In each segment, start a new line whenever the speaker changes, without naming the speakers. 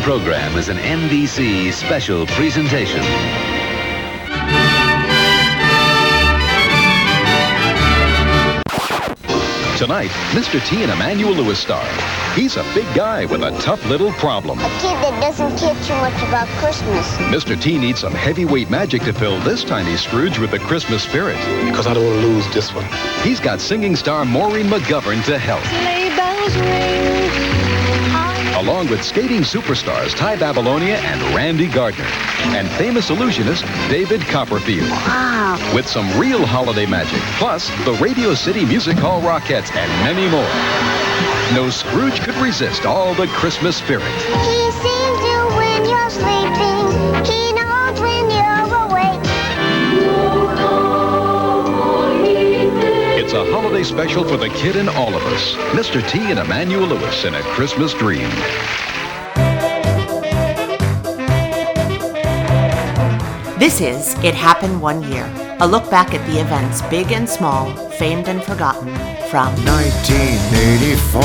program is an NBC special presentation. Tonight, Mr. T and Emmanuel Lewis star. He's a big guy with a tough little problem.
A kid that doesn't care too much about Christmas.
Mr. T needs some heavyweight magic to fill this tiny Scrooge with the Christmas spirit.
because I don't want to lose this one.
He's got singing star Maureen McGovern to help.
sleigh bells ring.
along with skating superstars Ty Babylonia and Randy Gardner, and famous illusionist David Copperfield. Wow. With some real holiday magic, plus the Radio City Music Hall Rockettes and many more. No Scrooge could resist all the Christmas spirit.
He sees you when you're sleeping. He knows when you're awake.
It's a holiday special for the kid in all of us. Mr. T and Emmanuel Lewis in A Christmas Dream.
This is It Happened One Year, a look back at the events big and small, famed and forgotten from
1984.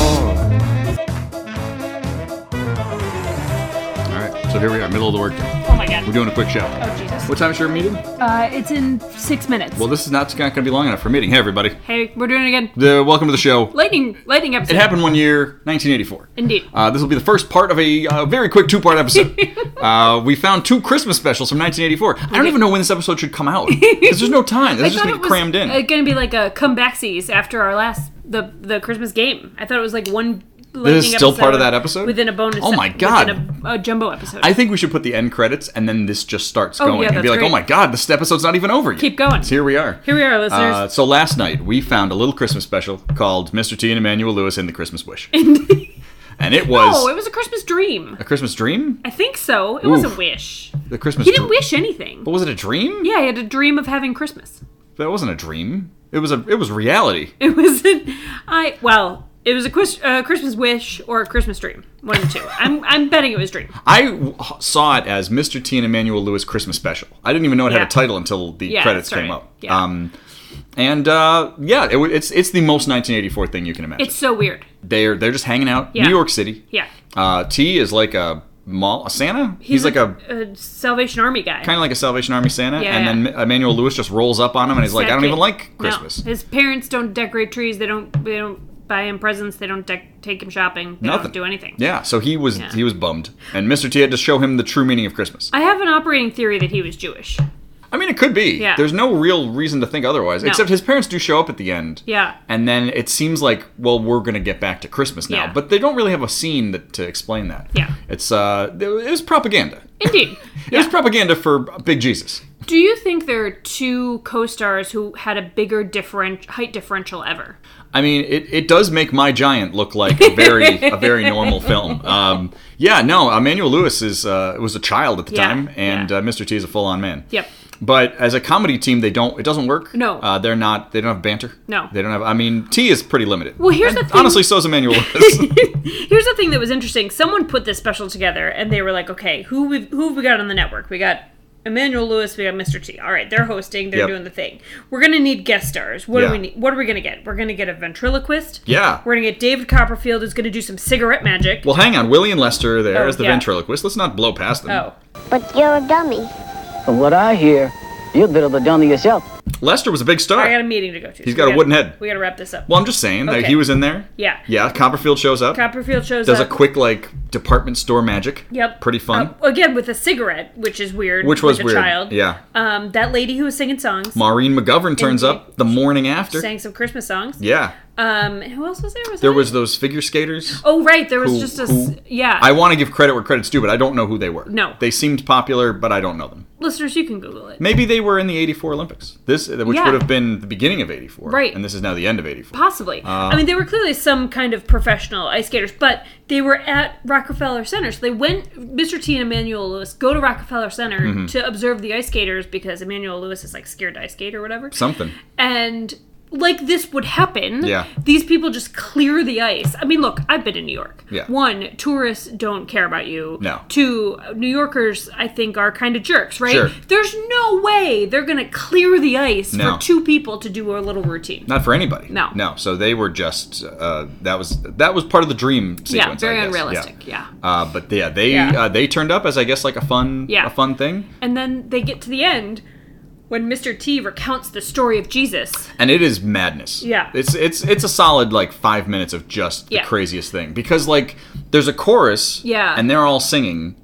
All right, so here we are, middle of the workday.
Oh my god.
We're doing a quick show.
Oh Jesus.
What time is your meeting?
Uh, it's in six minutes.
Well, this is not going to be long enough for meeting. Hey, everybody.
hey, we're doing it again.
The, welcome to the show.
Lightning, lightning episode.
It happened one year, 1984.
Indeed.
Uh, this will be the first part of a uh, very quick two part episode. uh, we found two Christmas specials from 1984. I don't even know when this episode should come out because there's no time. This is just
thought it
going to
was
be crammed in.
uh, gonna be like a comebacksies after our last the the Christmas game. I thought it was like one.
This is
lightning
still part of that episode?
within a bonus.
Oh my
within
God.
A, a jumbo episode.
I think we should put the end credits and then this just starts
Oh,
going
yeah,
and be
that's
like, oh
great.
my god, this episode's not even over yet.
Keep going.
So here we are.
Here we are, listeners.
Uh, so last night we found a little Christmas special called Mr. T and Emmanuel Lewis in the Christmas Wish. and it was
oh, it was a Christmas dream.
a Christmas dream?
I think so. It was a
Oof.
wish.
The Christmas
He didn't
dr-
wish anything.
But was it a dream?
Yeah, he had a dream of having Christmas.
That wasn't a dream. It was a it was reality.
It wasn't. I well, it was a Chris, uh, Christmas wish or a Christmas dream. One of the two. I'm I'm betting it was dream.
I w- saw it as Mr. T and Emmanuel Lewis Christmas special. I didn't even know it
Yeah.
had a title until the
Yeah,
credits
that's
came
right.
up.
Yeah.
Um and uh, yeah, it, w- it's it's the most 1984 thing you can imagine.
It's so weird.
they're they're just hanging out.
Yeah.
New York City.
Yeah.
Uh, T is like a mall a Santa. He's, like a
a Salvation Army guy.
kind of like a Salvation Army Santa.
Yeah,
and
yeah.
then Ma- Emmanuel Lewis just rolls up on him and he's like, I don't even like
No.
Christmas.
His parents don't decorate trees. They don't. They don't buy him presents. They don't dec- take him shopping. They
Nothing.
don't do anything.
Yeah. So he was
Yeah.
he was bummed, and Mr. T had to show him the true meaning of Christmas.
I have an operating theory that he was Jewish.
I mean, it could be.
Yeah.
There's no real reason to think otherwise, except his parents do show up at the end.
Yeah.
And then it seems like, well, we're gonna get back to Christmas now,
Yeah.
but they don't really have a scene that, to explain that.
Yeah.
It's uh, it was propaganda.
Indeed.
It was propaganda for Big Jesus.
do you think there are two co-stars who had a bigger different height differential ever?
I mean, it, it does make My Giant look like a very a very normal film. Um, yeah, no, Emmanuel Lewis is uh, was a child at the
Yeah,
time, and
yeah.
uh, Mr. T is a full on man.
Yep.
But as a comedy team, they don't. It doesn't work.
No.
Uh, they're not. They don't have banter.
No.
They don't have. I mean, T is pretty limited.
Well, here's
And
the thing-
Honestly, so is Emmanuel Lewis.
Here's the thing that was interesting. Someone put this special together, and they were like, "Okay, who we who have we got on the network? We got Emmanuel Lewis, we got Mr. T. All right, they're hosting, they're
Yep.
doing the thing. We're gonna need guest stars. What do
Yeah.
we need? What are we gonna get? We're gonna get a ventriloquist.
yeah.
We're gonna get David Copperfield, who's gonna do some cigarette magic.
Well, hang on. Willie and Lester are there
Oh,
as the
yeah.
ventriloquist. Let's not blow past them.
oh,
But you're a dummy.
From what I hear, you're a bit of a dummy yourself.
Lester was a big star.
I got a meeting to go to.
He's
so
got
we
a
gotta-
wooden head.
We gotta wrap this up.
well, I'm just saying that
Okay.
he was in there.
yeah,
Yeah. Copperfield shows up.
Copperfield shows
does a
up.
quick like department store magic.
Yep.
Pretty fun.
Uh, again with a cigarette, which is weird.
Which was
with a
weird.
Child.
Yeah.
Um, that lady who was singing songs
Maureen McGovern turns
Indeed.
up the morning after.
sang some Christmas songs.
Yeah.
Um, who else was there? Was
There
that
was
it?
those figure skaters.
Oh right, there was
who-
just a s-
who-
yeah.
I want to give credit where credit's due, but I don't know who they were.
No.
They seemed popular, but I don't know them.
Listeners, you can Google it.
Maybe they were in the 84 Olympics. This uh, which
Yeah.
would have been the beginning of 84.
Right.
And this is now the end of 84.
Possibly. I mean, they were clearly some kind of professional ice skaters, but they were at Rockefeller Center. So they went. Mr. T and Emmanuel Lewis go to Rockefeller Center
Mm-hmm.
to observe the ice skaters because Emmanuel Lewis is like scared to ice skate or whatever.
Something.
and like this would happen.
Yeah.
These people just clear the ice. I mean, look, I've been in New York.
Yeah.
One, tourists don't care about you.
No.
Two, New Yorkers, I think, are kind of jerks, right?
Sure.
There's no way they're going to clear the ice
No.
for two people to do a little routine.
Not for anybody.
No.
No. So they were just uh, that was that was part of the dream sequence.
yeah,
I
very
guess.
unrealistic. Yeah.
Uh, but yeah, they
Yeah.
Uh, they turned up as I guess like a fun
Yeah.
a fun thing,
And then they get to the end when Mr. T recounts the story of Jesus.
and it is madness.
Yeah.
it's it's it's a solid like five minutes of just
Yeah.
the craziest thing because like there's a chorus,
Yeah.
and they're all singing,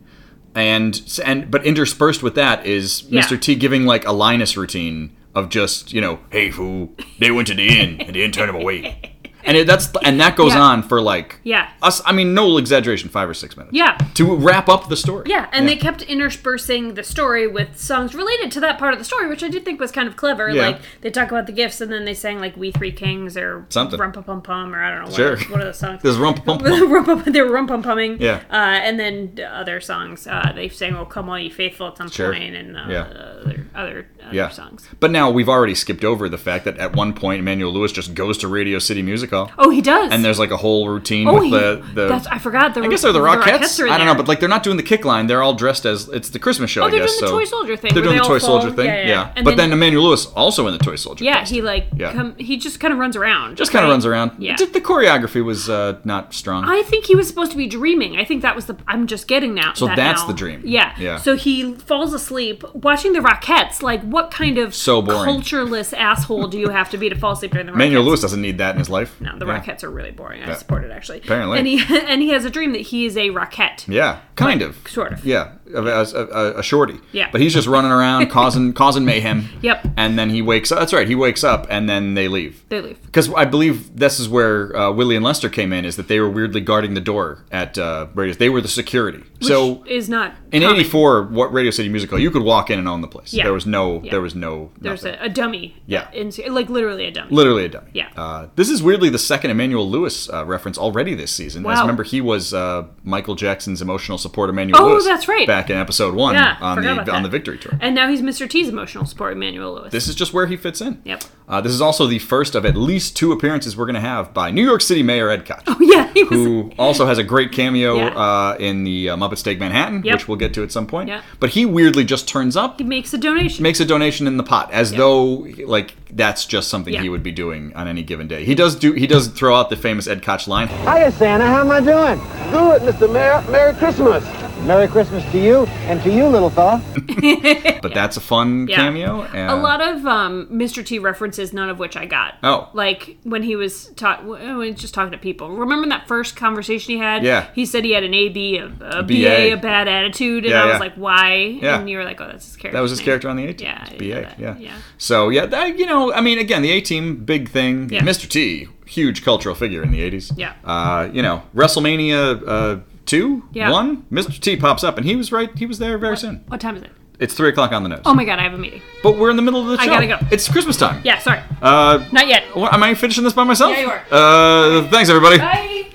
and and but interspersed with that is
Yeah.
Mr. T giving like a Linus routine of just you know hey fool they went to the inn and the inn turned them away, and it, that's and that goes
Yeah.
on for like
Yeah.
us I mean no exaggeration five or six minutes
Yeah.
to wrap up the story
Yeah, and they kept interspersing the story with songs related to that part of the story, which I did think was kind of clever.
Yeah.
Like they talk about the gifts, and then they sang like "We Three Kings" or
Something.
"Rumpa Pum Pum" or I don't know
Sure.
what, what are those songs.
This is rump pump pump.
Rumpa, they were rumpa pumming,
Yeah.
uh, and then other songs. Uh, they sang "Oh Come All Ye Faithful" at some
Sure.
point and uh,
Yeah.
other other, other
yeah.
songs.
But now we've already skipped over the fact that at one point Emmanuel Lewis just goes to Radio City Music Hall.
Oh, he does.
And there's like a whole routine
oh,
with
he-
the, the
that's I forgot. The,
I guess they're the Rockettes.
are in
I don't know,
there.
but like they're not doing the kick line. They're all dressed as it's the Christmas show.
Oh,
I
they're
guess
doing the
so.
Toy Soldier thing,
They're
where
doing
they
the
all
Toy
fall.
soldier thing.
Yeah, yeah, yeah. And
But
then-
then, Emmanuel Lewis also in the Toy Soldier.
yeah,
costume.
he like
Yeah.
come, he just kind of runs around.
just kind of
right?
runs around.
Yeah.
Just the choreography was uh, not strong.
I think he was supposed to be dreaming. I think that was the. I'm just getting now.
So
that
that's
now.
the dream.
Yeah.
Yeah.
So he falls asleep watching the Rockettes. Like, what kind of
So boring.
cultureless asshole do you have to be to fall asleep during the Rockettes?
Emmanuel Lewis doesn't need that in his life.
No, the
yeah.
Rockettes are really boring. I support it actually.
Apparently.
And he and he has a dream that he is a Rockette.
Yeah, kind of.
sort of.
Yeah, a, a, a- a shorty.
Yeah.
But he's just running around causing causing mayhem.
Yep.
And then he wakes up. That's right. He wakes up and then they leave.
They leave.
Because I believe this is where uh, Willie and Lester came in, is that they were weirdly guarding the door at uh, Radio. They were the security. so
Which is not
in
common.
'84, what Radio City Musical, you could walk in and own the place.
Yeah.
There was no.
Yeah.
There was no.
There's
nothing.
a, a dummy.
Yeah.
In, like literally a dummy.
Literally a dummy.
Yeah.
Uh, this is weirdly the second Emmanuel Lewis uh, reference already this season. As
Wow.
remember, he was uh, Michael Jackson's emotional support Emmanuel
Oh,
Lewis.
that's right.
Back in episode one
Yeah,
on
forgot
the
about that.
on the Victory Tour.
and now he's Mr. T's emotional support, Emmanuel Lewis.
This is just where he fits in.
Yep.
Uh, this is also the first of at least two appearances we're going to have by New York City Mayor Ed Koch,
yeah, he was.
who also has a great cameo
Oh, Yeah.
uh, in the uh, Muppet Steak Manhattan,
Yep.
which we'll get to at some point.
Yeah.
But he weirdly just turns up,
he makes a donation.
makes a donation in the pot, as though like that's just something
Yeah.
he would be doing on any given day. He does do. He does throw out the famous Ed Koch line.
Hiya, Santa. How am I doing? Good, Mr. Mayor. Merry Christmas. Merry Christmas to you and to you, little fella.
But that's a fun
Yeah.
cameo. And
a lot of um, Mr. T references, none of which I got.
Oh.
like when he was ta- when he was just talking to people. Remember that first conversation he had?
Yeah.
he said he had an AB, a, a
BA.
BA, a bad attitude, and
Yeah,
I was
yeah.
like, why?
Yeah.
And you were like, oh, that's his character.
that was his
name.
character on the A team.
Yeah, I
It's
didn't know
BA.
that.
Yeah.
Yeah.
So yeah, that, you know, I mean, again, the A team, big thing.
Yeah.
Mr. T, huge cultural figure in the eighties.
Yeah.
Uh, you know, WrestleMania uh, two,
Yeah.
one, Mr. T pops up, and he was right. He was there very soon.
What time is it?
It's three o'clock on the nose.
Oh my god, I have a meeting.
But we're in the middle of the show.
I gotta go.
It's Christmas time.
Yeah, sorry,
Uh,
not yet.
what, am I finishing this by myself?
Yeah, you are.
Uh, thanks everybody.
Bye.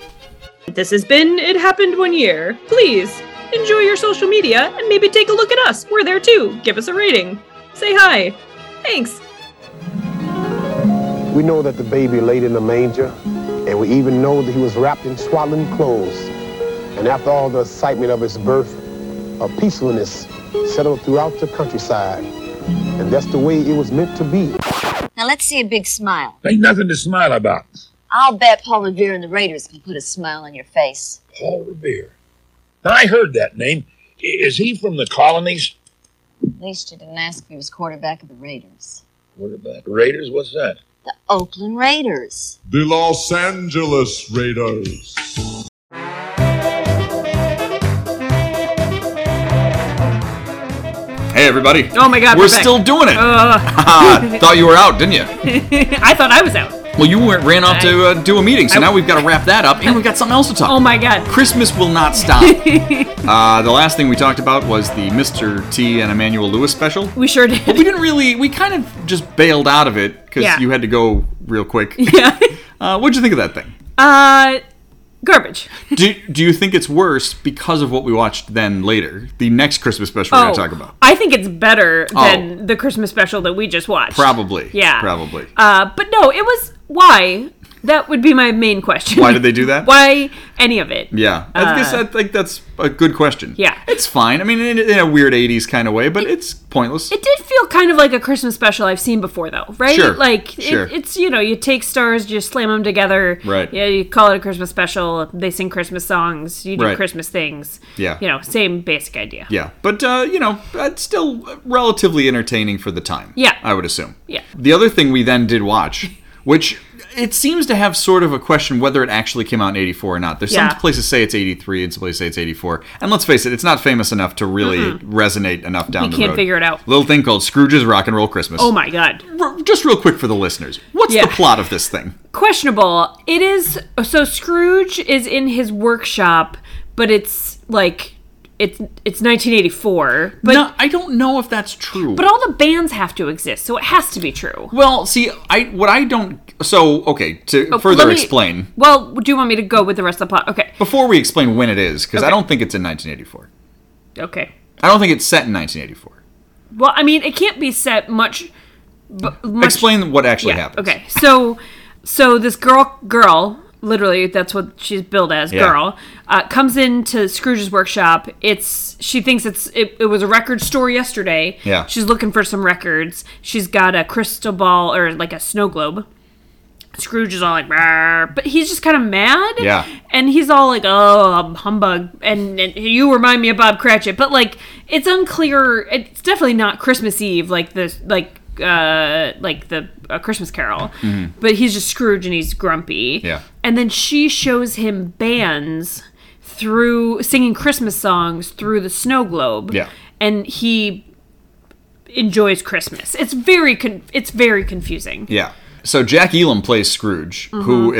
This has been It Happened One Year. Please enjoy your social media and maybe take a look at us. We're there too. Give us a rating. Say hi. Thanks.
We know that the baby laid in the manger, and we even know that he was wrapped in swaddling clothes. And after all the excitement of his birth, a peacefulness settled throughout the countryside. And that's the way it was meant to be.
Now let's see a big smile.
Ain't nothing to smile about.
I'll bet Paul Revere and the Raiders can put a smile on your face.
Paul Revere. Now, I heard that name. I- Is he from the colonies?
At least you didn't ask if he was quarterback of the Raiders.
What about the Raiders? What's that?
The Oakland Raiders.
The Los Angeles Raiders.
Hey everybody.
Oh my God, Oh.
we're,
we're back.
still doing it. Ah, Thought you were out, didn't you?
I thought I was out.
Well, you went, ran off to uh, do a meeting, so now we've got to wrap that up, and we've got something else to talk.
Oh my god.
Christmas will not stop. uh, the last thing we talked about was the Mr. T and Emmanuel Lewis special.
We sure
But
did.
we didn't really. We kind of just bailed out of it because
Yeah.
you had to go real quick.
yeah.
Uh, what'd you think of that thing?
Uh garbage.
do, do you think it's worse because of what we watched then later? The next Christmas special we're going to talk about?
Oh, I think it's better
Oh.
than the Christmas special that we just watched.
Probably.
Yeah.
Probably.
Uh, but no, it was why. That would be my main question.
Why did they do that?
Why any of it?
Yeah. I, guess,
Uh,
I think that's a good question.
Yeah.
It's fine. I mean, in, in a weird 80s kind of way, but it's pointless.
It did feel kind of like a Christmas special I've seen before, though, right?
Sure,
Like
sure.
It, it's you know you take stars, you slam them together,
Right.
Yeah, you call it a Christmas special. They sing Christmas songs, you do
Right.
Christmas things.
Yeah.
you know, same basic idea.
yeah. But, uh, you know, it's still relatively entertaining for the time.
Yeah.
I would assume.
Yeah.
The other thing we then did watch, which it seems to have sort of a question whether it actually came out in 84 or not. There's
Yeah.
some places say it's 83 and some places say it's 84. And let's face it, it's not famous enough to really resonate enough down
We
the
can't
road.
figure it out.
Little thing called Scrooge's Rock and Roll Christmas.
Oh my god,
R- just real quick for the listeners. What's
Yeah.
the plot of this thing?
questionable. It is so Scrooge is in his workshop, but it's like it's it's 1984, but
No, I don't know if that's true.
but all the bands have to exist, so it has to be true.
well, see, I what I don't so okay, to
Oh,
further
let me-
explain.
Well, do you want me to go with the rest of the plot? Okay,
Before we explain when it is cuz I
Okay.
don't think it's in 1984.
okay.
I don't think it's set in 1984.
Well, I mean, it can't be set much. bu- much
Explain what actually
yeah,
happened.
Okay, so so this girl, girl, literally, that's what she's billed as,
Yeah.
girl, uh, comes into Scrooge's workshop. It's she thinks it's it, it was a record store yesterday.
Yeah.
she's looking for some records. She's got a crystal ball or like a snow globe. Scrooge is all like, "Rah," but he's just kind of mad.
Yeah.
And he's all like, oh, um, humbug. And, and you remind me of Bob Cratchit. But, like, it's unclear. It's definitely not Christmas Eve, like the, like, uh, like the uh, Christmas Carol.
Mhm.
But he's just Scrooge and he's grumpy.
Yeah.
And then she shows him bands through singing Christmas songs through the snow globe.
Yeah.
And he enjoys Christmas. It's very, con- it's very confusing.
Yeah. So Jack Elam plays Scrooge, who
Mm-hmm.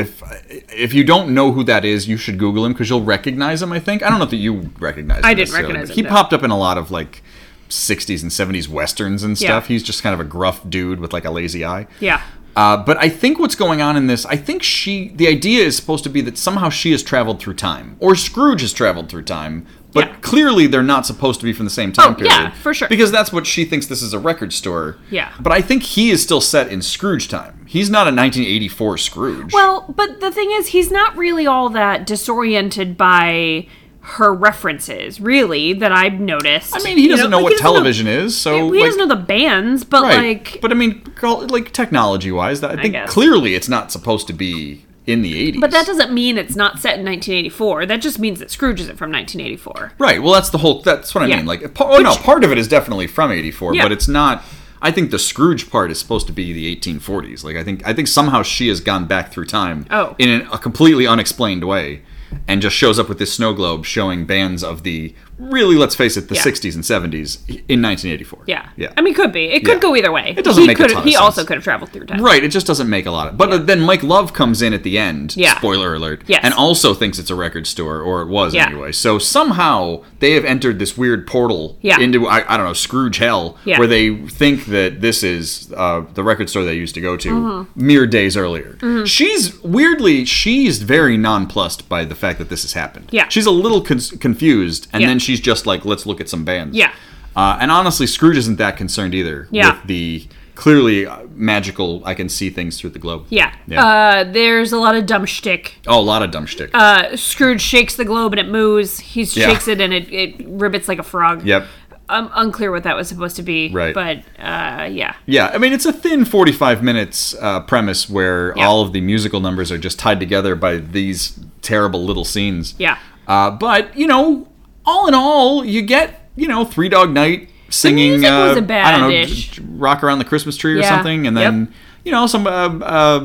if if you don't know who that is, you should Google him because you'll recognize him. I think I don't know that you recognize. him
I didn't
necessarily,
recognize
but
him, no.
He popped up in a lot of like. 60s and 70s westerns and
Yeah.
stuff. He's just kind of a gruff dude with like a lazy eye.
Yeah.
Uh, but I think what's going on in this, I think she, the idea is supposed to be that somehow she has traveled through time, or Scrooge has traveled through time. But clearly, they're not supposed to be from the same time
Oh,
period.
yeah, for sure.
Because that's what she thinks this is a record store.
Yeah.
But I think he is still set in Scrooge time. He's not a 1984 Scrooge.
Well, but the thing is, he's not really all that disoriented by her references, really, that I've noticed.
I mean, he
You
doesn't know,
like,
what
he doesn't
television is, so
He
like,
doesn't know the bands, but
right.
like,
but I mean, call- like technology-wise, that I think
guess.
clearly it's not supposed to be in the 80s.
but that doesn't mean it's not set in 1984. That just means that Scrooge isn't from 1984.
Right. Well, that's the whole. That's what I
Yeah.
mean. Like, pa- oh no, part of it is definitely from '84,
Yeah.
but it's not. I think the Scrooge part is supposed to be the 1840s. Like, I think I think somehow she has gone back through time
Oh.
in an, a completely unexplained way, and just shows up with this snow globe showing bands of the really, let's face it, the
Yeah.
60s and 70s in 1984.
Yeah.
Yeah.
I mean, could be. It could
Yeah.
go either way.
It doesn't
he
make a
could,
ton of
He also
sense.
could have traveled through time.
Right, it just doesn't make a lot of. But uh then Mike Love comes in at the end.
Yeah.
Spoiler alert.
Yes.
And also thinks it's a record store, or it was
Yeah.
anyway. So somehow they have entered this weird portal
Yeah.
into I, I don't know Scrooge hell,
Yeah.
where they think that this is uh, the record store they used to go to
Mhm.
mere days earlier.
Mhm.
She's weirdly she's very nonplussed by the fact that this has happened.
Yeah.
She's a little con- confused, and
Yeah.
then she's just like, let's look at some bands.
Yeah.
Uh, and honestly, Scrooge isn't that concerned either
Yeah.
with the clearly uh, magical. I can see things through the globe.
Yeah.
Yeah.
Uh, there's a lot of dumb shtick.
oh, a lot of dumb shtick.
Uh, Scrooge shakes the globe and it moves. He
Yeah.
shakes it and it, it ribbits like a frog.
yep.
I'm unclear what that was supposed to be.
Right.
But uh, yeah.
Yeah, I mean it's a thin 45 minutes uh, premise where all of the musical numbers are just tied together by these terrible little scenes.
Yeah.
Uh, but you know, all in all, you get you know Three Dog Night singing.
music
uh,
was a
I don't know,
bad-ish.
d- d- rock around the Christmas tree or
Yeah.
something, and then you know some uh, uh,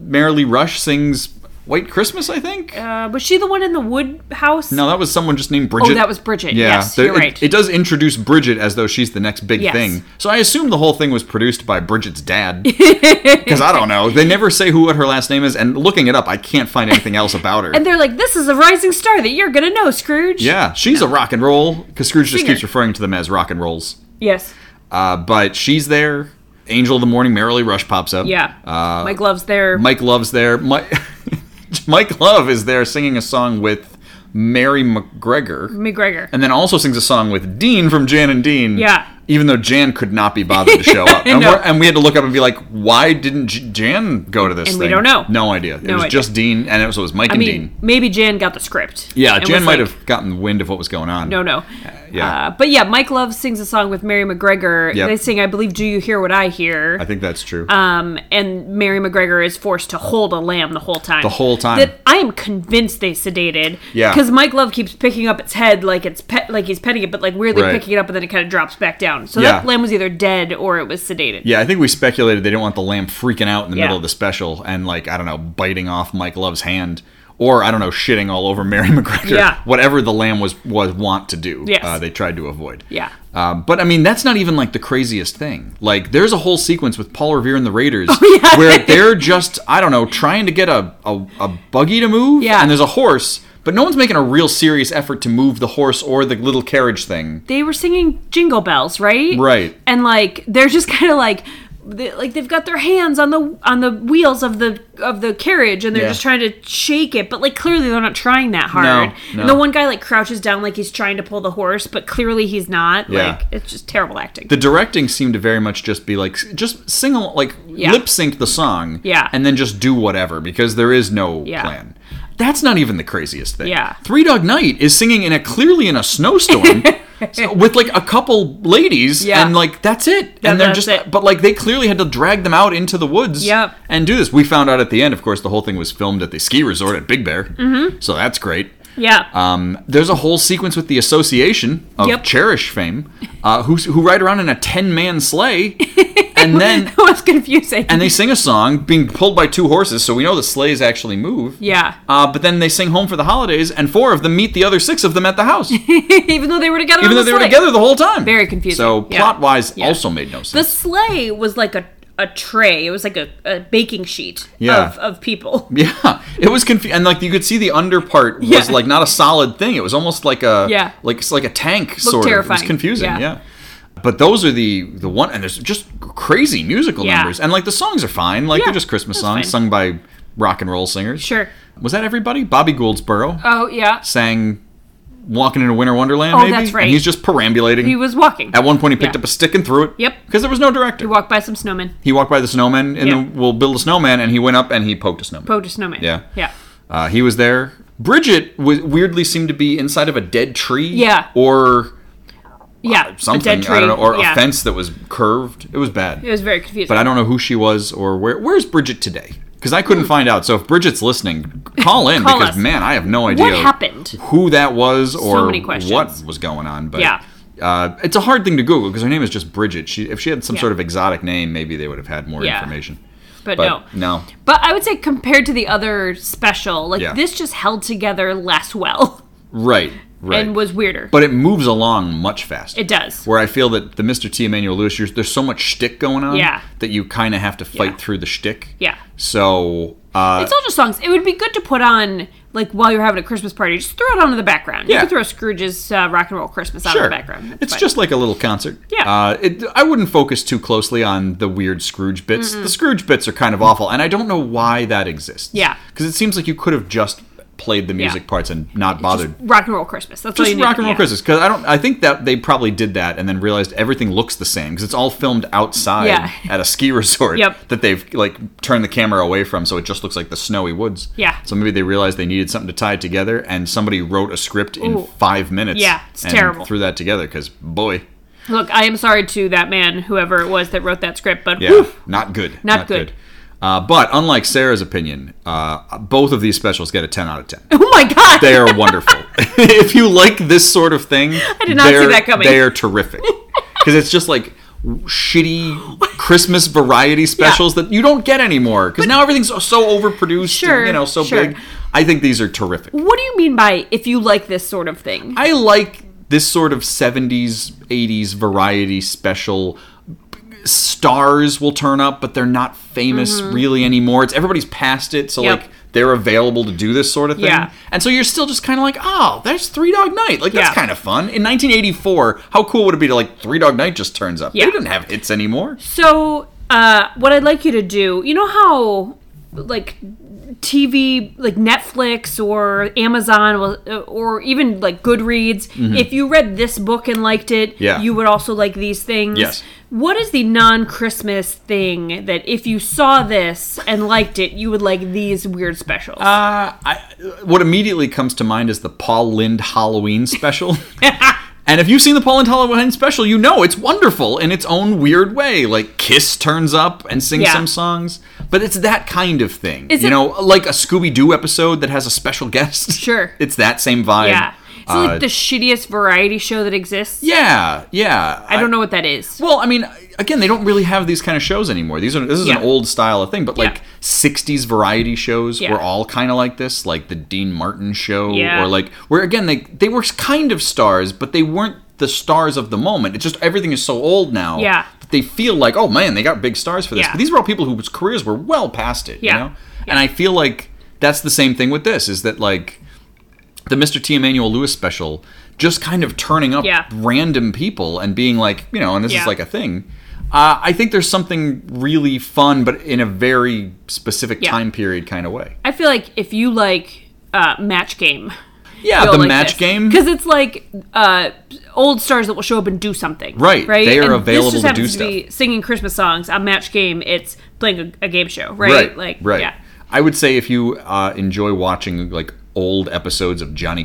Merrily Rush sings White Christmas. I think.
Uh, was she the one in the wood house?
No, that was someone just named Bridget.
Oh, that was Bridget. Yes, you're
it,
right.
It does introduce Bridget as though she's the next big
Yes.
thing. So I assume the whole thing was produced by Bridget's dad. Because I don't know. They never say who what her last name is, and looking it up, I can't find anything else about her.
And they're like, this is a rising star that you're going to know, Scrooge.
yeah, she's a rock and roll. Because Scrooge just
Singer.
keeps referring to them as rock and rolls.
Yes.
Uh, but she's there. Angel of the Morning, Merrily Rush pops up.
Yeah.
Uh,
Mike Love's there.
Mike Love's there. Mike. Mike Love is there singing a song with Mary McGregor.
McGregor.
And then also sings a song with Dean from Jan and Dean.
Yeah.
Even though Jan could not be bothered to show up, and,
No.
we're, and we had to look up and be like, "Why didn't J- Jan go to this?"
And we
thing?
don't know.
No idea. it
No
was
idea.
just Dean, and it was, it was Mike
I
and
mean,
Dean.
maybe Jan got the script.
Yeah,
and
Jan
was
might
like,
have gotten wind of what was going on.
No, no.
Yeah,
Uh, but yeah, Mike Love sings a song with Mary McGregor.
Yep.
They sing, I believe, Do You Hear What I Hear?
I think that's true.
Um, and Mary McGregor is forced to hold a lamb the whole time.
The whole time.
That I am convinced they sedated.
Yeah.
Because Mike Love keeps picking up its head like it's pet, like he's petting it, but like weirdly
Right.
picking it up, and then it kind of drops back down. So
Yeah.
that lamb was either dead or it was sedated.
Yeah, I think we speculated they didn't want the lamb freaking out in the
Yeah.
middle of the special and like I don't know, biting off Mike Love's hand or I don't know, shitting all over Mary McGregor.
Yeah.
Whatever the lamb was was want to do,
Yes.
uh, they tried to avoid.
Yeah.
Um, but I mean, that's not even like the craziest thing. Like, there's a whole sequence with Paul Revere and the Raiders where they're just, I don't know, trying to get a, a, a buggy to move.
Yeah.
And there's a horse, but no one's making a real serious effort to move the horse or the little carriage thing.
They were singing Jingle Bells, right?
Right.
And like they're just kind of like. They, like they've got their hands on the on the wheels of the of the carriage and they're
Yeah.
just trying to shake it but like clearly they're not trying that hard
no.
and the one guy like crouches down like he's trying to pull the horse but clearly he's not
Yeah.
like it's just terrible acting
The directing seemed to very much just be like, just sing, al- like
Yeah.
lip sync the song,
Yeah.
and then just do whatever because there is no
Yeah.
plan. That's not even the craziest thing.
Yeah.
Three Dog Night is singing in a clearly in a snowstorm so- with like a couple ladies,
Yeah.
and like that's it.
Yeah,
and they're
that's
just,
it.
but like they clearly had to drag them out into the woods,
Yep.
and do this. We found out at the end, of course, the whole thing was filmed at the ski resort at Big Bear,
Mhm.
so that's great.
yeah
Um, there's a whole sequence with the association of
Yep.
Cherish fame, uh, who who ride around in a ten man sleigh, and then
that was confusing
and they sing a song being pulled by two horses, so we know the sleighs actually move.
yeah
Uh, but then they sing "Home for the Holidays," and four of them meet the other six of them at the house, even
even though they were together on
though
the
they were
sleigh.
together the whole time.
very confusing
So
Yeah.
plot wise, also made no sense.
The sleigh was like a, a tray. It was like a, a baking sheet
Yeah.
of, of people.
Yeah, it was confusing, and like you could see the under part was
Yeah.
like not a solid thing. It was almost like a
Yeah.
like it's like a tank
Looked
sort of. It was
terrifying.
confusing. Yeah.
Yeah.
But those are the the one, and there's just crazy musical
Yeah.
numbers, and like the songs are fine. Like
Yeah,
they're just Christmas
that's
songs
fine.
sung by rock and roll singers.
Sure.
Was that everybody? Bobby Gouldsboro
Oh yeah.
sang "Walking in a Winter Wonderland."
Oh,
maybe?
that's right.
And he's just perambulating.
He was walking.
At one point, he picked
Yeah.
up a stick and threw it.
Yep.
Because there was no director.
He walked by some snowmen.
He walked by the snowman, and
Yeah.
then we'll build a snowman, and he went up and he poked a snowman.
Poked a snowman.
Yeah.
Yeah.
Uh, he was there. Bridget w- weirdly seemed to be inside of a dead tree.
Yeah.
Or
Yeah.
Uh, something.
A dead tree.
I don't know. Or
yeah.
a fence that was curved. It was bad.
It was very confusing.
but I don't know who she was or where. Where's Bridget today? Because I couldn't find out. So if Bridget's listening, call in
Call
because
us.
man, I have no idea
What happened?
who that was or
many questions.
what was going on. But
Yeah.
uh, it's a hard thing to Google because her name is just Bridget. She, if she had some
Yeah.
sort of exotic name, maybe they would have had more
Yeah.
information.
But no.
no,
But I would say compared to the other special, like
Yeah.
this just held together less well
right, right.
and was weirder.
but it moves along much faster.
it does.
Where I feel that the Mr. T. Emmanuel Lewis, you're, there's so much shtick going on
Yeah.
that you kind of have to fight through the shtick.
Yeah.
So, uh,
It's all just songs. It would be good to put on like while you're having a Christmas party. Just throw it on in the background.
Yeah.
You can throw Scrooge's uh, Rock and Roll Christmas on in
sure.
the background. That's
It's
fine.
just like a little concert.
Yeah.
Uh, it, I wouldn't focus too closely on the weird Scrooge bits.
Mm-hmm.
The Scrooge bits are kind of awful, and I don't know why that exists.
Yeah.
Because it seems like you could have just played the music parts and not bothered.
rock and roll Christmas. That's all
Just
you need.
rock and roll
yeah.
Christmas because I don't. I think that they probably did that and then realized everything looks the same because it's all filmed outside
Yeah.
at a ski resort
Yep.
that they've like turned the camera away from, so it just looks like the snowy woods.
Yeah.
So maybe they realized they needed something to tie it together, and somebody wrote a script in
Ooh.
five minutes.
Yeah, it's
and
terrible.
Threw that together because boy,
Look, I am sorry to that man, whoever it was that wrote that script, but
yeah,
whew,
not good.
Not good.
Uh, but unlike Sarah's opinion, uh, both of these specials get a ten out of ten.
oh my god,
They are wonderful. if you like this sort of thing, I
did not see that coming.
They are terrific because it's just like shitty Christmas variety specials that you don't get anymore because now everything's so- so overproduced.
Sure,
and, you know, so
sure.
big. I think these are terrific.
What do you mean by if you like this sort of thing?
I like this sort of 70s, 80s variety special. Stars will turn up, but they're not famous
Mhm.
really anymore. It's everybody's past it, so
Yep.
like they're available to do this sort of thing.
Yeah.
And so you're still just kind of like, oh, there's Three Dog Night. Like that's
Yeah.
kind of fun. In 1984, how cool would it be to like Three Dog Night just turns up?
Yeah.
They didn't have hits anymore.
So, uh, what I'd like you to do, you know how, like, TV like Netflix or Amazon or- or even like Goodreads,
Mhm.
if you read this book and liked it,
Yeah.
you would also like these things.
Yes.
What is the non-Christmas thing that if you saw this and liked it, you would like these weird specials?
Uh, I what immediately comes to mind is the Paul Lind Halloween special. and if you've seen the Paul Lind Halloween special, you know it's wonderful in its own weird way. Like Kiss turns up and sings
Yeah.
some songs, but it's that kind of thing.
Is
you
it-
know, like a Scooby Doo episode that has a special guest.
Sure.
it's that same vibe.
yeah. It's
Uh,
like the shittiest variety show that exists.
yeah, yeah.
I don't know what that is.
Well, I mean, again, they don't really have these kind of shows anymore. These are this is
Yeah.
an old style of thing, but like '60s variety shows
Yeah.
were all kind of like this, like the Dean Martin show,
Yeah.
or like where again they they were kind of stars, but they weren't the stars of the moment. It's just everything is so old now
Yeah.
that they feel like, oh man, they got big stars for this.
Yeah.
But these were all people whose careers were well past it,
Yeah.
you know. And I feel like that's the same thing with this is that like the Mr. T. Emmanuel Lewis special just kind of turning up
Yeah.
random people and being like, you know, and this
Yeah.
is like a thing. Uh, I think there's something really fun, but in a very specific
Yeah.
time period kind of way.
I feel like if you like uh, match game,
Yeah, the match game.
because it's like uh, old stars that will show up and do something.
Right,
right.
they are
And
available
this just
to do
happens Be singing Christmas songs on match game. It's playing a, a game show, right? Like,
right.
yeah.
I would say if you uh, enjoy watching like old episodes of Johnny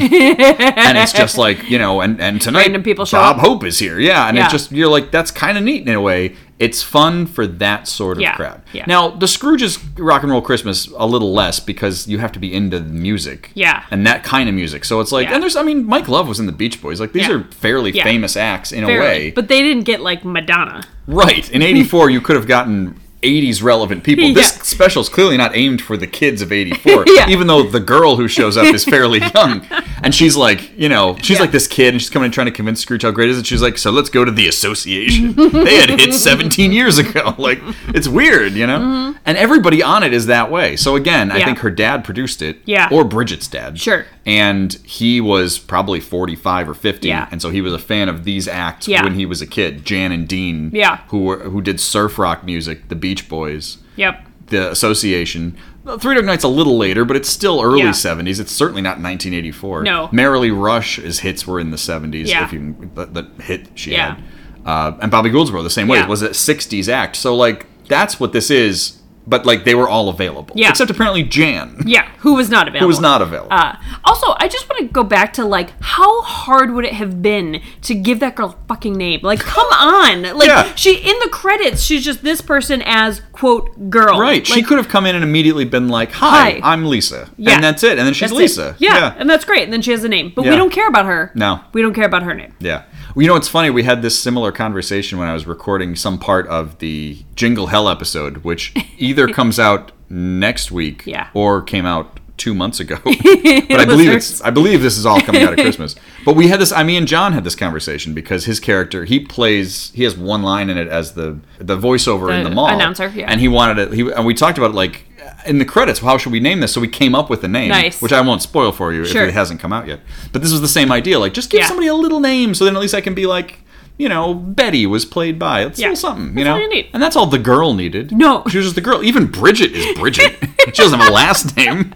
and it's just like you know, and and tonight
Random people show
Bob
up.
Hope is here, yeah, and
Yeah.
it's just you're like that's kind of neat in a way. It's fun for that sort of
Yeah,
crowd.
yeah.
Now the Scrooge's Rock and Roll Christmas a little less because you have to be into the music,
Yeah.
and that kind of music. So it's like,
Yeah.
and there's, I mean, Mike Love was in the Beach Boys. Like these
Yeah.
are fairly
Yeah.
famous acts in
Fairly.
a way.
but they didn't get like Madonna.
Right. In 84, you could have gotten 80s relevant people. This
Yeah.
special's clearly not aimed for the kids of 84,
Yeah.
even though the girl who shows up is fairly young. And she's like, you know, she's like this kid, and she's coming and trying to convince Scrooge how great it is. And she's like, so let's go to the association. they had hit 17 years ago. Like, it's weird, you know? And everybody on it is that way. So again, I
Mm-hmm. Yeah.
think her dad produced it,
Yeah.
or Bridget's dad.
Sure.
And he was probably 45 or 50,
Yeah.
and so he was a fan of these acts
Yeah.
when he was a kid. Jan and Dean
Yeah.
who were who did surf rock music, the Beach Boys,
Yep.
the Association. Well, Three Dog Night's a little later, but it's still early
Yeah.
70s. It's certainly not 1984.
No.
Merrily Rush's hits were in the 70s.
Yeah.
If you the, the hit she
Yeah.
had, uh, and Bobby Gould's were the same way.
Yeah.
It was a 60s act. So like that's what this is. But like they were all available.
Yeah.
Except apparently Jan,
Yeah, who was not available?
who was not available.
Uh, also, I just want to go back to like how hard would it have been to give that girl a fucking name? Like, come on! Like
Yeah.
she in the credits, she's just this person as quote girl.
Right, she
Like,
could have come in and immediately been like, "Hi,
Hi.
I'm Lisa,"
Yeah.
and that's it. And then she's
that's it.
Lisa.
Yeah, and that's great. And then she has a name, but
Yeah.
we don't care about her.
No.
we don't care about her name.
Yeah. Well, you know, it's funny. We had this similar conversation when I was recording some part of the Jingle Hell episode, which either comes out next week
Yeah.
or came out two months ago. but I believe it's, I believe this is all coming out at Christmas. But we had this. I mean, and John had this conversation because his character he plays he has one line in it as the the voiceover in
The
the mall
announcer, yeah.
and he wanted it. He and we talked about it like in the credits. How should we name this? So we came up with a name,
Nice.
which I won't spoil for you
Sure.
if it hasn't come out yet. But this was the same idea. Like, just give
Yeah.
somebody a little name, so then at least I can be like, you know, Betty was played by. It's a
Yeah.
little something,
That's
you know.
all you need.
And that's all the girl needed.
No.
she was just the girl. Even Bridget is Bridget. she doesn't have a last name.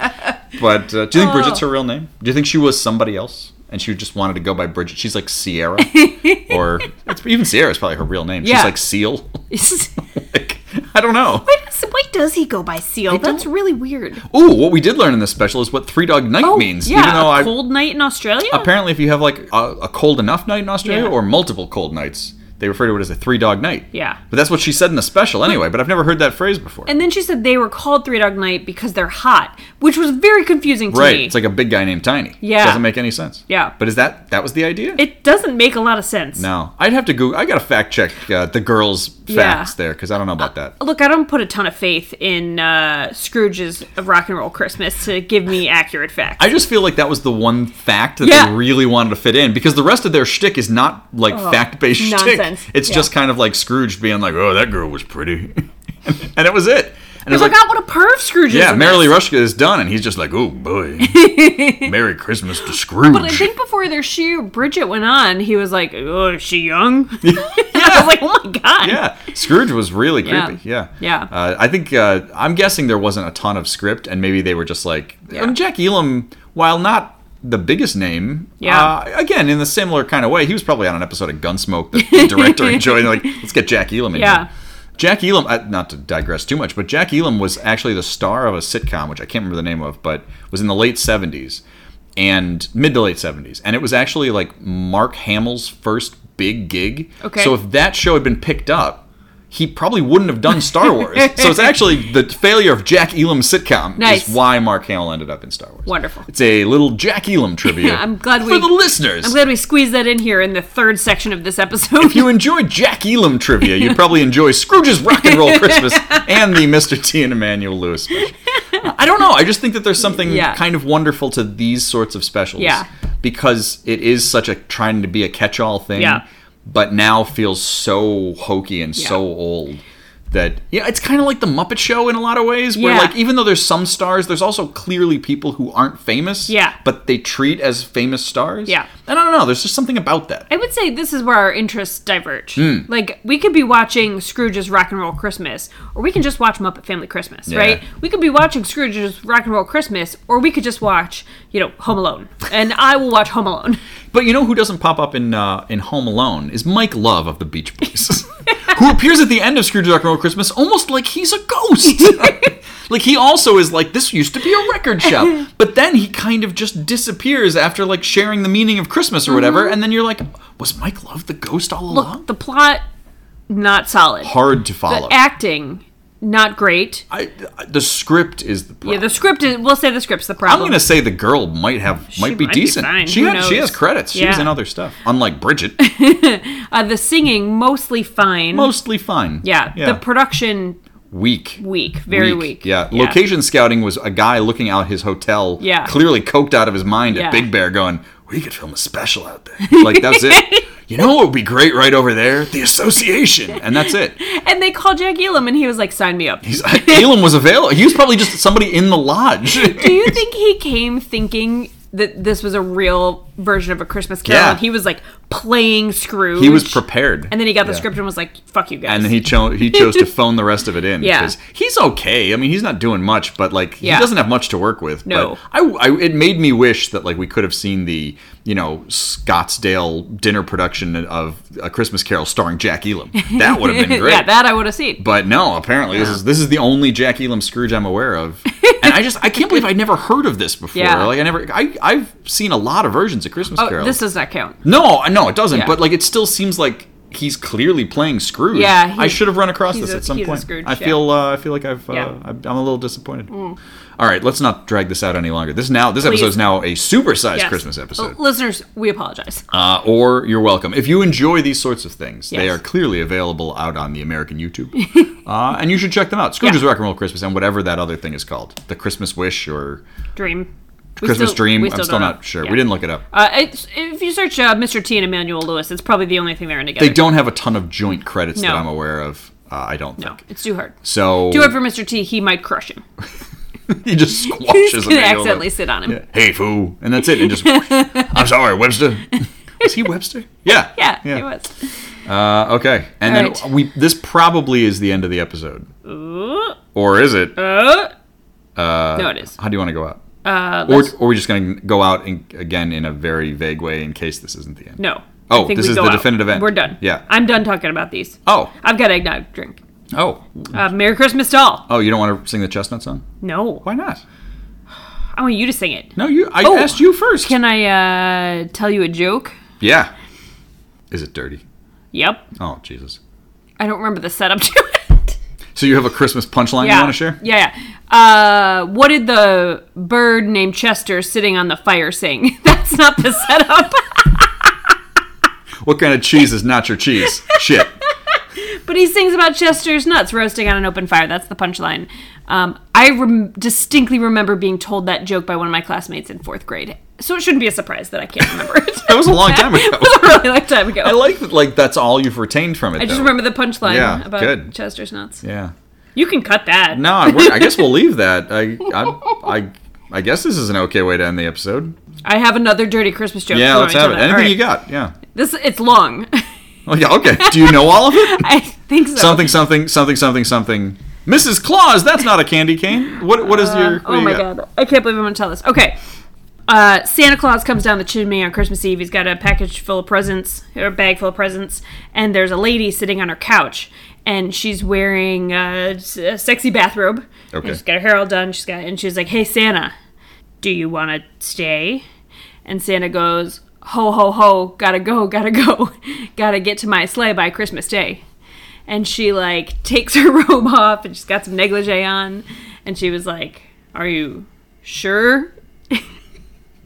But uh,
Oh.
do you think Bridget's her real name? Do you think she was somebody else? And she just wanted to go by Bridget. She's like Sierra, or it's, even Sierra is probably her real name.
Yeah.
She's like Seal.
Why
like, I don't know.
does, why does he go by Seal? That's really weird.
Ooh, what we did learn in this special is what three dog night means.
Oh, yeah,
even though
a
I
cold night in Australia.
apparently if you have like a, a cold enough night in Australia
Oh. Yeah.
or multiple cold nights, they refer to it as a three dog night.
yeah.
But that's what she said in the special anyway. But I've never heard that phrase before.
And then she said they were called Three Dog Night because they're hot, which was very confusing to
right?
me.
It's like a big guy named Tiny.
Yeah.
doesn't make any sense.
Yeah.
But is that that was the idea?
it doesn't make a lot of sense.
no, I'd have to go. I gotta fact check uh, the girls'
Yeah. Uh,
facts there because I don't know about that.
Look, I don't put a ton of faith in uh, Scrooge's Rock and Roll Christmas to give me accurate facts.
I just feel like that was the one fact that
Yeah.
they really wanted to fit in because the rest of their shtick is not like
Oh,
fact based shtick.
nonsense.
It's
Yeah.
just kind of like Scrooge being like, "Oh, that girl was pretty," and that was it. And it's
I forgot what a perv Scrooge is.
yeah,
in
Merrily
this.
Rushka is done, and he's just like, oh boy, Merry Christmas to Scrooge.
But I think before their shoe, Bridget went on. He was like, "Oh, is she young." I was like, "Oh my god."
yeah, Scrooge was really
Yeah.
creepy. Yeah,
Yeah.
Uh, I think uh, I'm guessing there wasn't a ton of script, and maybe they were just like,
Yeah.
and Jack Elam, while not the biggest name,
Yeah.
uh, again in the similar kind of way, he was probably on an episode of Gunsmoke that the director enjoyed. and They're like, let's get Jack Elam in.
Yeah.
Here. Jack Elam, uh, not to digress too much, but Jack Elam was actually the star of a sitcom, which I can't remember the name of, but was in the late 70s and mid to late 70s. And it was actually like Mark Hamill's first big gig.
Okay.
So if that show had been picked up, he probably wouldn't have done Star Wars. so it's actually the failure of Jack Elam's sitcom
Nice.
is why Mark Hamill ended up in Star Wars.
Wonderful.
It's a little Jack Elam trivia.
I'm glad we
for the listeners.
I'm glad we squeezed that in here in the third section of this episode.
if you enjoy Jack Elam trivia, you'd probably enjoy Scrooge's Rock and Roll Christmas and the Mr. T and Emmanuel Lewis special. I don't know. I just think that there's something
Yeah.
kind of wonderful to these sorts of specials.
Yeah.
Because it is such a trying to be a catch all thing.
Yeah.
But now feels so hokey and so old that yeah, it's kind of like the Muppet Show in a lot of ways. Where
Yeah.
like even though there's some stars, there's also clearly people who aren't famous.
Yeah.
But they treat as famous stars.
Yeah.
And I don't know. There's just something about that.
I would say this is where our interests diverge.
Hmm.
Like we could be watching Scrooge's Rock and Roll Christmas, or we can just watch Muppet Family Christmas,
Yeah.
right? We could be watching Scrooge's Rock and Roll Christmas, or we could just watch, you know, Home Alone, and I will watch Home Alone.
But you know who doesn't pop up in uh, in Home Alone is Mike Love of the Beach Boys, who appears at the end of Scrooge's Rock and Roll Christmas almost like he's a ghost. like he also is like this used to be a record shop, but then he kind of just disappears after like sharing the meaning of Christmas or whatever, and then you're like, was Mike Love the ghost all along?
Mm-hmm. Look, the plot not solid.
Hard to follow.
The acting not great.
I, the script is the
yeah, the script is. We'll say the script's the
I'm
problem.
gonna say the girl might have might be
might be
decent.
fine,
she
who
had, she
knows?
has credits. She was
Yeah.
in other stuff, unlike Bridget.
uh, the singing mostly fine.
Mostly fine.
Yeah,
Yeah.
The production
Weak.
weak, very weak.
Yeah. Location scouting was a guy looking out his hotel,
Yeah.
clearly coked out of his mind
Yeah.
at Big Bear, going, "We could film a special out there." Like that's it. You know what would be great right over there? The Association, and that's it.
And they called Jack Elam, and he was like, "Sign me up."
He's, Elam was available. He was probably just somebody in the lodge.
Do you think he came thinking that this was a real version of a Christmas Carol?
Yeah.
And he was like playing Scrooge.
He was prepared,
And then he got the
Yeah.
script and was like, "Fuck you guys."
And then he chose he chose to phone the rest of it in.
Yeah.
because he's okay. I mean, he's not doing much, but like
Yeah.
he doesn't have much to work with.
No.
but I, I it made me wish that like we could have seen the you know Scottsdale dinner production of A Christmas Carol starring Jack Elam. That would have been great.
yeah, that I would have seen.
But no, apparently this is this is the only Jack Elam Scrooge I'm aware of. And I just I can't believe I'd never heard of this before.
Yeah.
Like I never I I've seen a lot of versions of Christmas
Oh,
Carol.
this does not count.
No, I- no, it doesn't.
Yeah.
But like, it still seems like he's clearly playing Scrooge.
Yeah, he-
I should have run across
he's
this
a-
at some
he's a
point.
Scrooge,
I
yeah.
feel, uh, I feel like I've, uh,
Yeah. Mm.
I've, I'm a little disappointed. All right, let's not drag this out any longer. This now, this episode
Please.
is now a supersized
Yes. Oh,
Christmas episode.
L- listeners, we apologize.
Uh, or you're welcome. If you enjoy these sorts of things, they
Yes.
are clearly available out on the American YouTube, uh, and you should check them out. Scrooge's Rock and Roll Christmas and whatever that other thing is called, the Christmas Wish or
Dream. We
Christmas
still-
Dream.
we
I'm still
don't
not
know.
sure.
Yeah.
We didn't look it up.
Uh, it's, if you search uh, Mr. T and Emmanuel Lewis, it's probably the only thing they're in together.
They don't have a ton of joint credits
No.
that I'm aware of. Uh, I don't
No,
think.
it's too hard.
So
Too hard for Mr. T. He might crush him.
he just
He's
squashes
gonna
Emmanuel.
accidentally sit on him.
Yeah. Hey, foo, and that's it. And just, I'm sorry, Webster. Was he Webster? Yeah.
Yeah, it was.
Uh, okay, and
All
then
right.
we. This probably is the end of the episode,
Ooh.
or is it?
Uh,
Uh,
No, it is.
How do you want to go out?
uh,
or,
let's-
or are we just going to go out in, again in a very vague way in case this isn't the end?
no.
Oh,
I think
this
we
is
go
the
out.
definitive end.
We're done.
Yeah.
I'm done talking about these.
Oh.
I've got eggnog drink.
Oh.
Uh, Merry Christmas to all.
Oh, you don't want to sing the chestnut song?
No.
Why not?
I want you to sing it.
No, you. I
Oh.
asked you first.
Can I uh, tell you a joke?
Yeah. Is it dirty?
Yep.
Oh, Jesus.
I don't remember the setup to it.
So you have a Christmas punchline
yeah.
you want to share?
Yeah, yeah. Uh, what did the bird named Chester sitting on the fire sing? That's not the setup,
What kind of cheese is not your cheese? Shit.
but he sings about Chester's nuts roasting on an open fire. That's the punchline. Um, I rem- distinctly remember being told that joke by one of my classmates in fourth grade. So it shouldn't be a surprise that I can't remember it.
That was a long time ago.
It was a really long time ago.
I like that. Like that's all you've retained from it.
I just
though.
remember the punchline
Yeah,
about
good.
Chester's nuts.
Yeah.
You can cut that.
No, I, we're- I guess we'll leave that. I, I, I, I guess this is an okay way to end the episode.
I have another dirty Christmas joke.
yeah,
Hold on,
let's
I
have
tell
it.
that.
Anything
All right.
you got? Yeah.
This it's long.
Oh yeah. Okay. Do you know all of it?
I think so.
Something, something, something, something, something. Mrs. Claus, that's not a candy cane. What? What is your?
Uh,
what do
oh
you
my
got?
god! I can't believe I'm going to tell this. Okay, uh, Santa Claus comes down the chimney on Christmas Eve. He's got a package full of presents or a bag full of presents, and there's a lady sitting on her couch, and she's wearing uh, s- a sexy bathrobe. And
Okay.
she's got her hair all done. She's got and she's like, "Hey Santa, do you want to stay?" And Santa goes, "Ho ho ho! Gotta go, gotta go, gotta get to my sleigh by Christmas Day." and she like takes her robe off and she's got some negligee on and she was like are you sure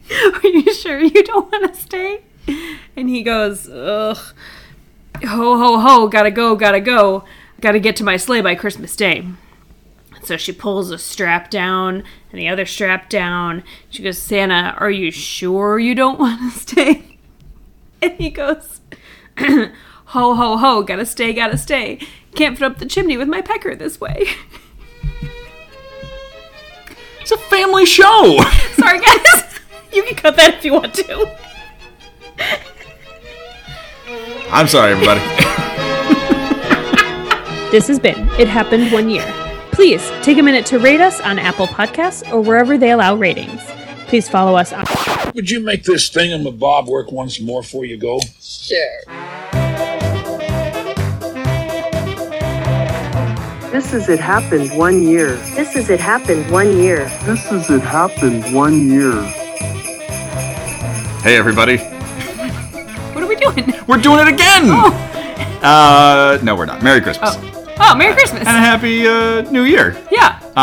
are you sure you don't want to stay and he goes ugh ho ho ho gotta go gotta go gotta get to my sleigh by christmas day so she pulls a strap down and the other strap down she goes santa are you sure you don't want to stay and he goes ho ho ho gotta stay gotta stay can't fit up the chimney with my pecker this way
it's a family show
sorry guys you can cut that if you want to
I'm sorry, everybody.
this has been it happened one year please take a minute to rate us on apple podcasts or wherever they allow ratings please follow us on
Would you make this thing and Bob work once more before you go?
Sure.
This is It Happened One Year. This is It Happened One Year. This is It Happened One Year.
Hey, everybody.
what are we doing
We're doing it again. Uh, no, we're not. Merry Christmas
oh merry christmas
and a happy uh, New Year.
yeah
Uh,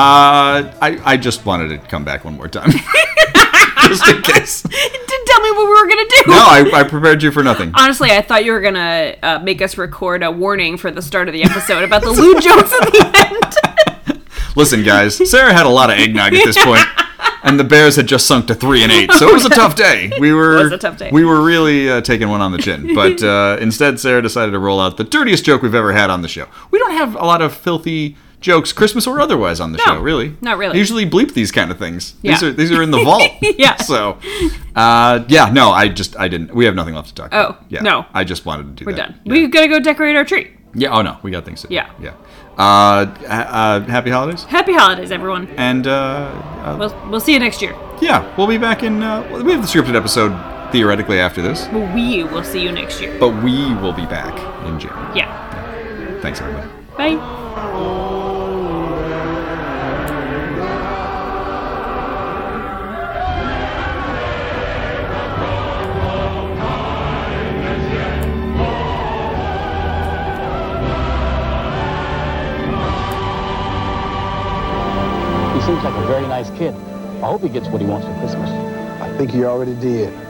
I I just wanted to come back one more time, just in case.
didn't tell me what we were gonna do
No, I, I prepared you for nothing.
Honestly, I thought you were gonna uh, make us record a warning for the start of the episode about the lewd jokes at the
Listen, guys, Sarah had a lot of eggnog at this point, and the Bears had just sunk to three and eight, so it was a tough day. We were
It was a tough day.
we were really uh, taking one on the chin, but uh, instead, Sarah decided to roll out the dirtiest joke we've ever had on the show. We don't have a lot of filthy jokes, Christmas or otherwise, on the show, really.
not really.
I usually bleep these kind of things. These
Yeah.
are these are in the vault.
Yeah.
So, uh, yeah, no, I just I didn't. We have nothing left to talk.
Oh,
about. yeah.
no.
I just wanted to do
We're done.
that.
We gotta go decorate our tree.
Yeah. Oh no, we got things to do.
Yeah.
Yeah. Uh, ha- uh, happy holidays.
Happy holidays, everyone.
And uh, uh,
We'll we'll see you next year.
yeah, we'll be back in. Uh, well, we have the scripted episode theoretically after this,
Well, we will see you next year.
but we will be back in June.
Yeah.
Thanks, everybody.
Bye.
He seems like a very nice kid. I hope he gets what he wants for Christmas.
I think he already did.